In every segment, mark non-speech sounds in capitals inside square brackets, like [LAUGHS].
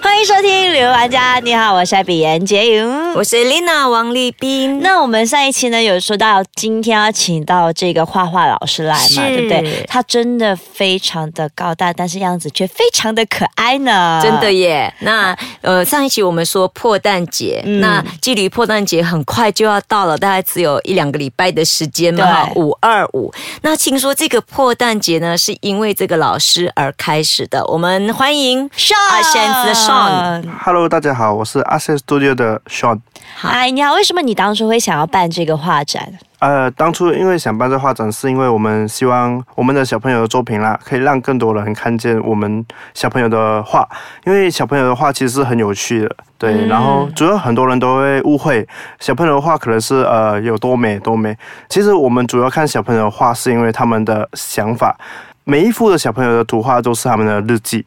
欢迎收听《旅游玩家》，你好，我是艾比颜洁 [LAUGHS] 莹。我是 Lina 王立斌。那我们上一期呢有说到，今天要请到这个画画老师来嘛，是对不对？他真的非常的高大，但是样子却非常的可爱呢，真的耶！那呃，上一期我们说破蛋节，那距离破蛋节很快就要到了，大概只有一两个礼拜的时间嘛，哈，对五二五。那听说这个破蛋节呢，是因为这个老师而开始的。我们欢迎 s 阿仙子的 Sean。 Hello，大家好，我是 Access Studio 的 Sean。哎，你好，为什么你当初会想要办这个画展？呃，当初因为想办这画展，是因为我们希望我们的小朋友的作品啦，可以让更多人看见我们小朋友的画，因为小朋友的画其实是很有趣的。对，然后主要很多人都会误会小朋友的画可能是呃有多美多美，其实我们主要看小朋友的画是因为他们的想法，每一幅的小朋友的图画都是他们的日记，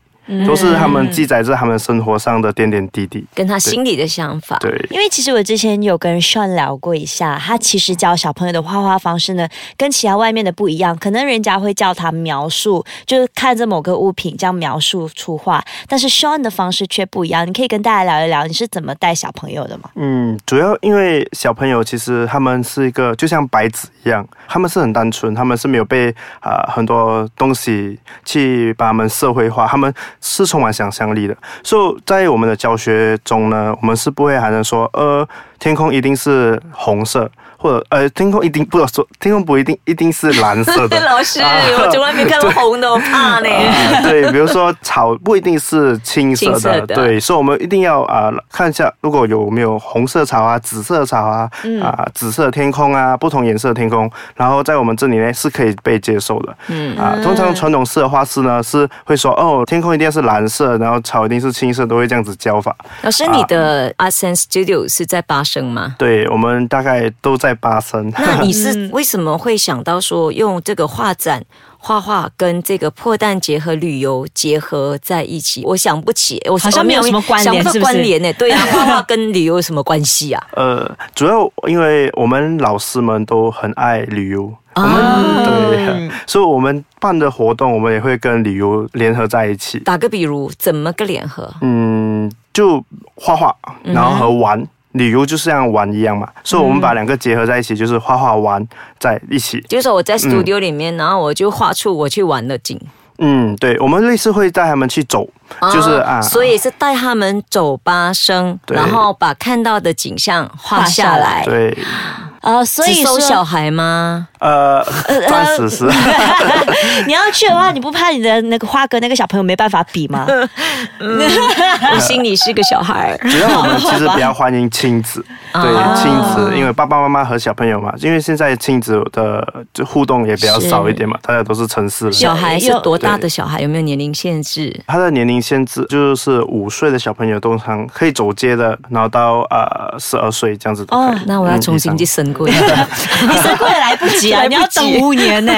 都是他们记载着他们生活上的点点滴滴。跟他心里的想法，对。因为其实我之前有跟 Sean 聊过一下，他其实教小朋友的画画方式呢，跟其他外面的不一样。可能人家会叫他描述，就是看着某个物品这样描述出画，但是 Sean 的方式却不一样。你可以跟大家聊一聊，你是怎么带小朋友的吗？嗯，主要因为小朋友其实他们是一个就像白纸一样，他们是很单纯，他们是没有被啊、很多东西去把他们社会化，他们是充满想象力的。所以在我们的教学中呢，我们是不会喊着说，呃，天空一定是红色，或者呃，天空一定不是说天空不一定一定是蓝 [LAUGHS] 色的。老师，啊我从来没看过红的，我 [LAUGHS] 怕呢。啊对，比如说草不一定是青色的，青色的对，所以我们一定要啊、看一下，如果有没有红色草啊、紫色草啊、嗯啊、紫色天空啊、不同颜色的天空，然后在我们这里呢是可以被接受的。嗯啊，通常传统式的画室呢是会说哦，天空一定是蓝色，然后草一定是青色，都会这样子教法。老师，你的 a s e n Studio 是在巴生吗？对我们大概都在 [LAUGHS] 八升。那你是为什么会想到说用这个画展画画跟这个破蛋节和旅游结合在一起？我想不起，我好像没有什么关联想不到是不是关联呢、欸 [LAUGHS] 对呀、画画跟旅游有什么关系啊？ [LAUGHS] 呃，主要因为我们老师们都很爱旅游，我们、哦对，所以我们办的活动，我们也会跟旅游联合在一起。打个比如，怎么个联合？嗯，就画画，嗯然后和玩。旅游就是像玩一样嘛，所以我们把两个结合在一起，就是画画玩在一起。就是说我在 studio 里面，然后我就画出我去玩的景，嗯，对，我们类似会带他们去走，就是嗯啊，哦所以是带他们走八生，对然后把看到的景象画下来。对，呃，所只以收说 [LAUGHS] 小孩吗？呃，暂时是。呃 [LAUGHS] 你要去的话，你不怕你的那个画跟那个小朋友没办法比吗？我心里是个小孩。主要我们其实比较欢迎亲子，对啊亲子，因为爸爸妈妈和小朋友嘛，因为现在亲子的就互动也比较少一点嘛，大家都是城市人。小孩是有多大的小孩？有没有年龄限制？他的年龄限制就是五岁的小朋友通常可以走街的，然后到呃十二岁这样子都可以。哦那我要重新去嗯申过一下。你 [LAUGHS] 生过也来不及啊，来你不及要等五年 [LAUGHS] 呢、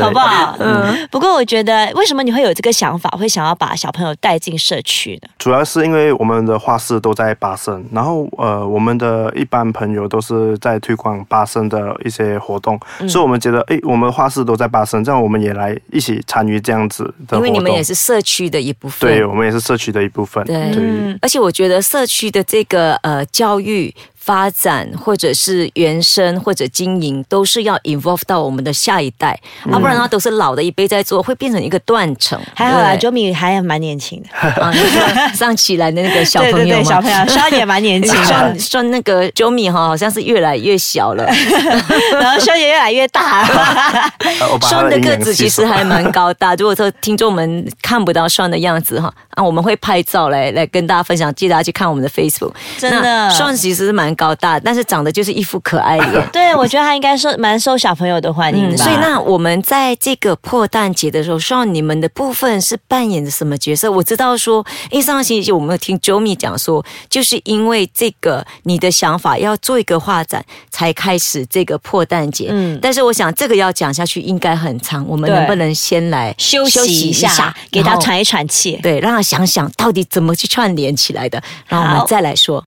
好不好？嗯。不过我觉得，为什么你会有这个想法，会想要把小朋友带进社区呢？主要是因为我们的画室都在巴生，然后呃，我们的一般朋友都是在推广巴生的一些活动，嗯所以我们觉得，诶，我们画室都在巴生，这样我们也来一起参与这样子的活嗯 [LAUGHS] 因动。为你们也是社区的一部分。对，我们也是社区的一部分。对嗯而且我觉得社区的这个呃教育发展，或者是原生或者经营，都是要 involve 到我们的下一代，要、不然的话都是老的一辈在做，会变成一个断层。还好啦，对周敏还蛮年轻的， [LAUGHS] 啊你说上期来的那个小朋对对友对，小 [LAUGHS] 嘛朋。友，肖也蛮年轻的算，算那个 Jomi 哈，好像是越来越小了。然后肖也越来越大 [LAUGHS] 了。呃我把他双的阴个阳子系其实数还蛮高 [LAUGHS] 大，如果说听众们看不到双的样子哈，啊，我们会拍照来来跟大家分享，记得大家去看我们的 Facebook。真的。双其实是蛮高大，但是长得就是一副可爱 [LAUGHS] 脸对，我觉得他应该受蛮受小朋友的欢迎嗯，吧。所以那我们在这个破蛋节的时候，双你们的部分是扮演着什么角色？我知道说，因为上个星期我们有听 Jomi 讲说，就是因为这个你的想法要做一个画展，才开始这个破蛋节。嗯嗯，但是我想这个要讲下去应该很长，我们对能不能先来休息一下，给他然后喘一喘气。对，让他想想到底怎么去串联起来的，然后我好们再来说。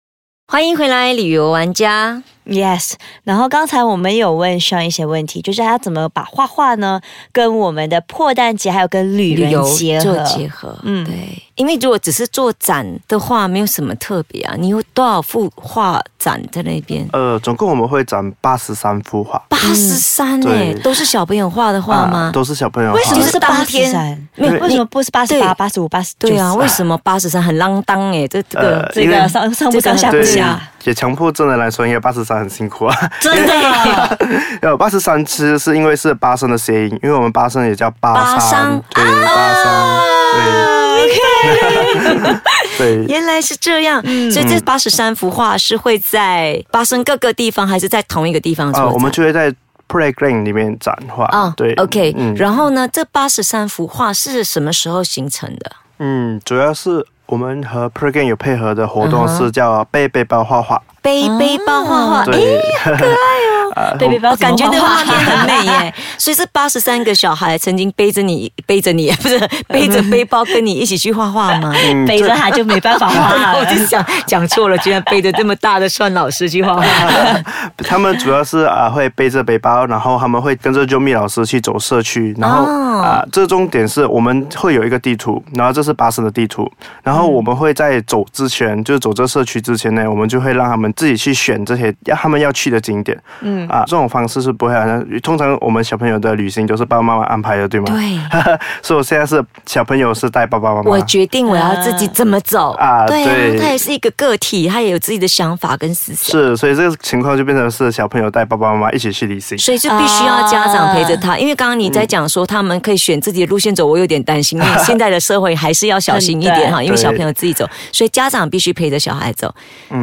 欢迎回来，旅游玩家。 Yes，然后刚才我们有问上一些问题，就是他怎么把画画呢跟我们的破蛋节还有跟旅旅游游结合？做结合，嗯嗯，对，因为如果只是做展的话，没有什么特别啊。你有多少幅画展在那边？嗯呃，总共我们会展八十三幅画，八十三哎对，都是小朋友画的画吗？啊都是小朋友画。为什么就是是八当十天三？没有为什么不是八十八、对八十五、八十？对啊，为么什么八十三很浪当哎？这这个呃这因个为上上不上下不对下？，也强迫症的来说，应该八十三很辛苦啊。 [LAUGHS] 真的，啊呃，八十三其实是因为是巴生的谐音，因为我们巴生也叫巴巴山山，对，啊巴山，对对，原来是这样，嗯所以这八十三幅画是会在巴生各个地方，还是在同一个地方做啊，展？我们就会在 playground 里面展画啊，对，OK，嗯然后呢，这八十三幅画是什么时候形成的？嗯，主要是我们和 playground 有配合的活动嗯哼是叫背背包画画，背背包画画，诶啊对，对 [LAUGHS] 对，不要我感觉那的画面很美 [LAUGHS] 耶。所以这八十三个小孩曾经背着你，背着你，不 [LAUGHS] 是嗯背着背包跟你一起去画画 [LAUGHS] 吗？背着它嗯就没办法啊画我了。就想讲错了，居然背着这么大的算老师去画画。 [LAUGHS] 他们主要是啊、呃会背着背包，然后他们会跟着 Jomi 老师去走社区，然后哦啊、这重点是我们会有一个地图，然后这是巴士的地图，嗯然后我们会在走之前，就是走这社区之前呢，我们就会让他们自己去选这些要他们要去的景点，嗯啊、这种方式是不会好像通常我们小朋友的旅行都是爸爸妈妈安排的，对吗？对，所以我现在是小朋友是带爸爸妈妈，我决定我要自己怎么走啊对对啊，他也是一个个体，他也有自己的想法跟思想。是，所以这个情况就变成是小朋友带爸爸妈妈一起去旅行。所以就必须要家长陪着他，因为刚刚你在讲说他们可以选自己的路线走，我有点担心，因为现在的社会还是要小心一 [LAUGHS] 点哈，因为小朋友自己走，所以家长必须陪着小孩走。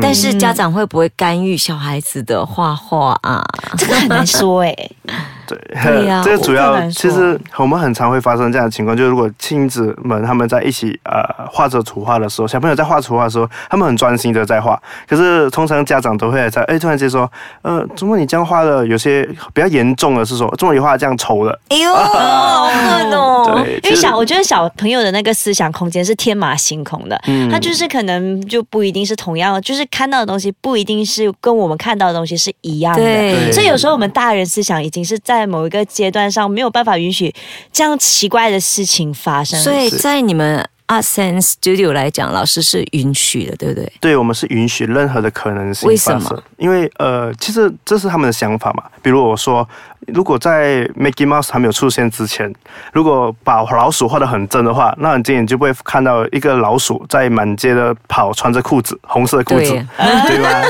但是家长会不会干预小孩子的画画啊？ [LAUGHS] 这个很难说哎、 [LAUGHS] [LAUGHS] 对，对呀这个主我不要敢其说实我们很常会发生这样的情况，就是如果亲子们他们在一起呃画着图画的时候，小朋友在画图画的时候，他们很专心的在画，可是通常家长都会在哎突然间说，呃，怎么你这样画的有些比较严重的是说，怎么你画得这样丑了？哎呦，好狠哦！对，因其为实小，我觉得小朋友的那个思想空间是天马行空的，嗯他就是可能就不一定是同样的，就是看到的东西不一定是跟我们看到的东西是一样的。对，所以有时候我们大人思想已经是在某一个阶段上没有办法允许这样奇怪的事情发生。所以在你们 Art Sense Studio 来讲，老师是允许的，对不对？对我们是允许任何的可能性为什发么生，因为呃，其实这是他们的想法嘛。比如我说，如果在 Mickey Mouse 还没有出现之前，如果把老鼠画得很真的话，那你今天就不会看到一个老鼠在满街的跑，穿着裤子，红色的裤子，对 [LAUGHS] 对吧？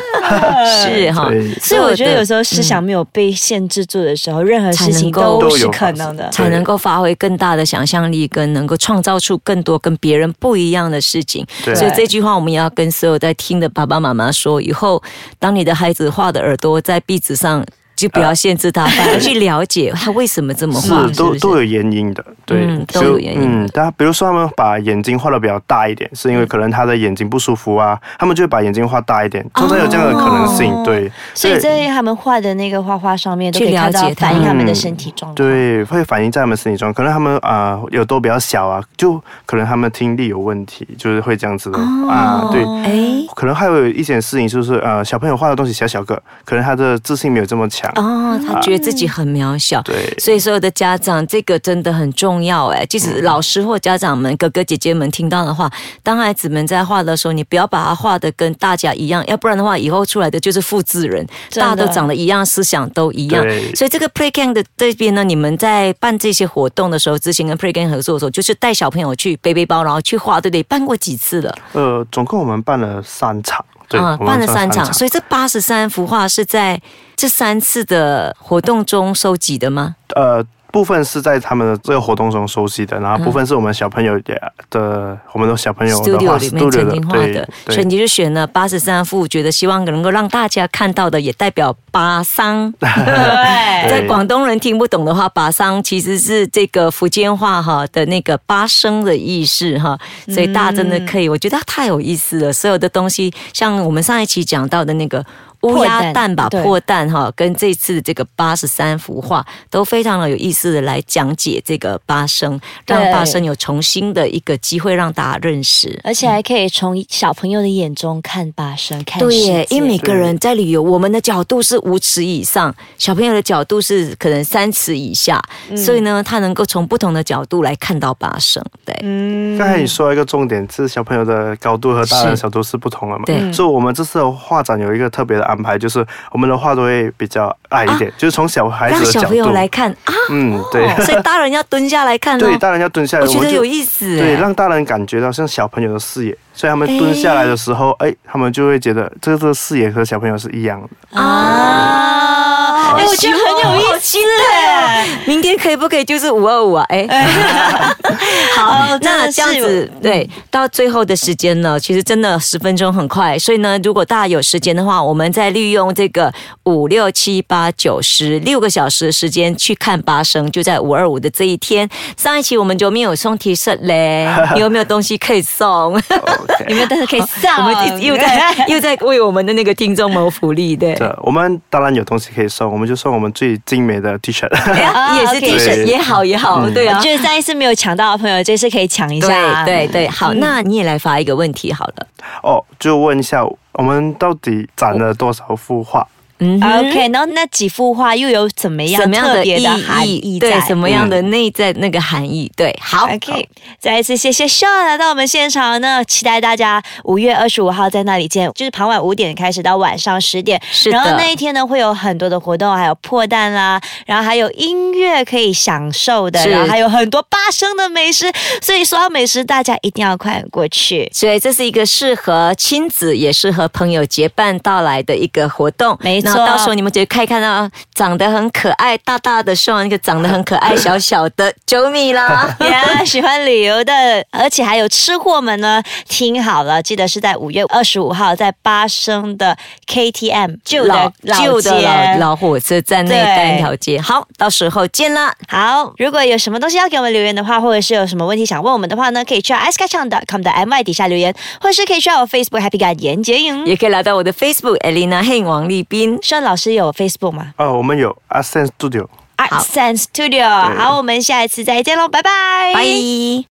是哈对，所以我觉得有时候。候思想没有被限制住的时候，任何嗯事情才能够都是可能的。才能够发挥更大的想象力，跟能够创造出更多跟别人不一样的事情。对所以这句话我们也要跟所有在听的爸爸妈妈说：以后当你的孩子画的耳朵在壁纸上，就不要限制他，反而去了解他为什么这么画，啊是都不都有原因的，对，嗯就都有原因嗯，但比如说他们把眼睛画的比较大一点，是因为可能他的眼睛不舒服啊，他们就会把眼睛画大一点，哦通常有这样的可能性，哦对，所以对在他们画的那个画画上面，都可以去了看到解他反映他们的嗯身体哦状况。对，会反映在他们身体中，可能他们啊、呃耳朵比较小啊，就可能他们听力有问题，就是会这样子的、哦哦啊，对。哎可能还有一件事情就是，呃，小朋友画的东西小小个，可能他的自信没有这么强。哦，他觉得自己很渺小。对，所以所有的家长，这个真的很重要哎。即使老师或家长们、哥哥姐姐们听到的话，当孩子们在画的时候，你不要把它画的跟大家一样，要不然的话，以后出来的就是复制人，真的大家都长得一样，思想都一样对。所以这个 Play Gang 的这边呢，你们在办这些活动的时候，之前跟 Play Gang 合作的时候，就是带小朋友去背背包，然后去画，对不对？办过几次了？呃，总共我们办了三场，对，我们啊办了算三三场。所以这八十三幅画是在这三次的活动中收集的吗？呃，部分是在他们的这个活动中收集的，嗯然后部分是我们小朋友的的，我们的小朋友的 studio 画里面 studio 曾的经画对的，所以对你就选了八十三幅，觉得希望能够让大家看到的，也代表巴 [LAUGHS] 桑。对在广东人听不懂的话，巴桑其实是这个福建话哈的那个八声的意思哈，所以大家真的可以，我觉得它太有意思了。所有的东西，像我们上一期讲到的那个乌鸦蛋吧，对破蛋哈，跟这次这个八十三幅画都非常的有意思的来讲解这个八生，让对八生有重新的一个机会让大家认识。而且还可以从小朋友的眼中看八生，看对世耶，界因为每个人在旅游，我们的角度是五尺以上，小朋友的角度是可能三尺以下，所以呢，他能够从不同的角度来看到八生。对，刚才你说到一个重点，是小朋友的高度和大人的嗯是角度是不同的嘛？对所以我们这次的画展有一个特别的安排，就是我们的画都会比较矮一点，就是从小孩啊让子的小角朋友度。来 [LAUGHS] 看啊，嗯，对，所以大人要蹲下来看对，哦。大人要蹲下来，我觉们得就有意思耶。对，让大人感觉到像小朋友的视野，所以他们蹲下来的时候，哎，他们就会觉得这个视野和小朋友是一样的。啊哎我觉得很有意思明天可以不可以就是五二五啊？哎， [LAUGHS] 好，真的 [LAUGHS] 那是嗯这样子对，到最后的时间呢，其实真的十分钟很快，所以呢，如果大家有时间的话，我们再利用这个五六七八九十六个小时的时间去看八生，就在五二五的这一天。上一期我们就没有送 T 恤嘞， [LAUGHS] 你有没有东西可以送？ [LAUGHS] 有没有？但是可以上，我们又在 [LAUGHS] 又在为我们的那个听众谋福利， [LAUGHS] 对。这我们当然有东西可以送，我们就送我们最精美的 T 恤。啊哎也是 OK T 恤对也好也好，对啊。就是上一次没有抢到的朋友，这次可以抢一下。嗯对对对，好，那你也来发一个问题好了。哦，就问一下，我们到底展了多少幅画？嗯哼 OK，然后那几幅画又有怎么样什么样特的别意的含义义？对在，嗯什么样的内在那个含义？对，好。 OK，再一次谢谢 Sean 来到我们现场呢，期待大家五月二十五号在那里见，就是傍晚五点开始到晚上十点，是的然后那一天呢会有很多的活动，还有破蛋啦，然后还有音乐可以享受的，是然后还有很多八生的美食，所以说到美食，大家一定要快点过去。所以这是一个适合亲子也适合朋友结伴到来的一个活动。没错那到时候你们就可以看到长得很可爱、大大的像一个长得很可爱、小小的九米啦。 [LAUGHS] 呀喜欢旅游的，而且还有吃货们呢，听好了，记得是在五月二十五号在八生的 KTM 旧的老旧的街老老火车站那一带一条街。好，到时候见啦。好，如果有什么东西要给我们留言的话，或者是有什么问题想问我们的话呢，可以去到 i c e k a c h a n g c o m 的 my 底下留言，或是可以去到我 Facebook Happy Guy 严洁莹。也可以来到我的 Facebook Elena Heng 王立斌。盛老师有 Facebook 吗哦，我们有 Ascent Studio。 ？Art Sense Studio。好，我们下一次再见喽，拜拜，拜。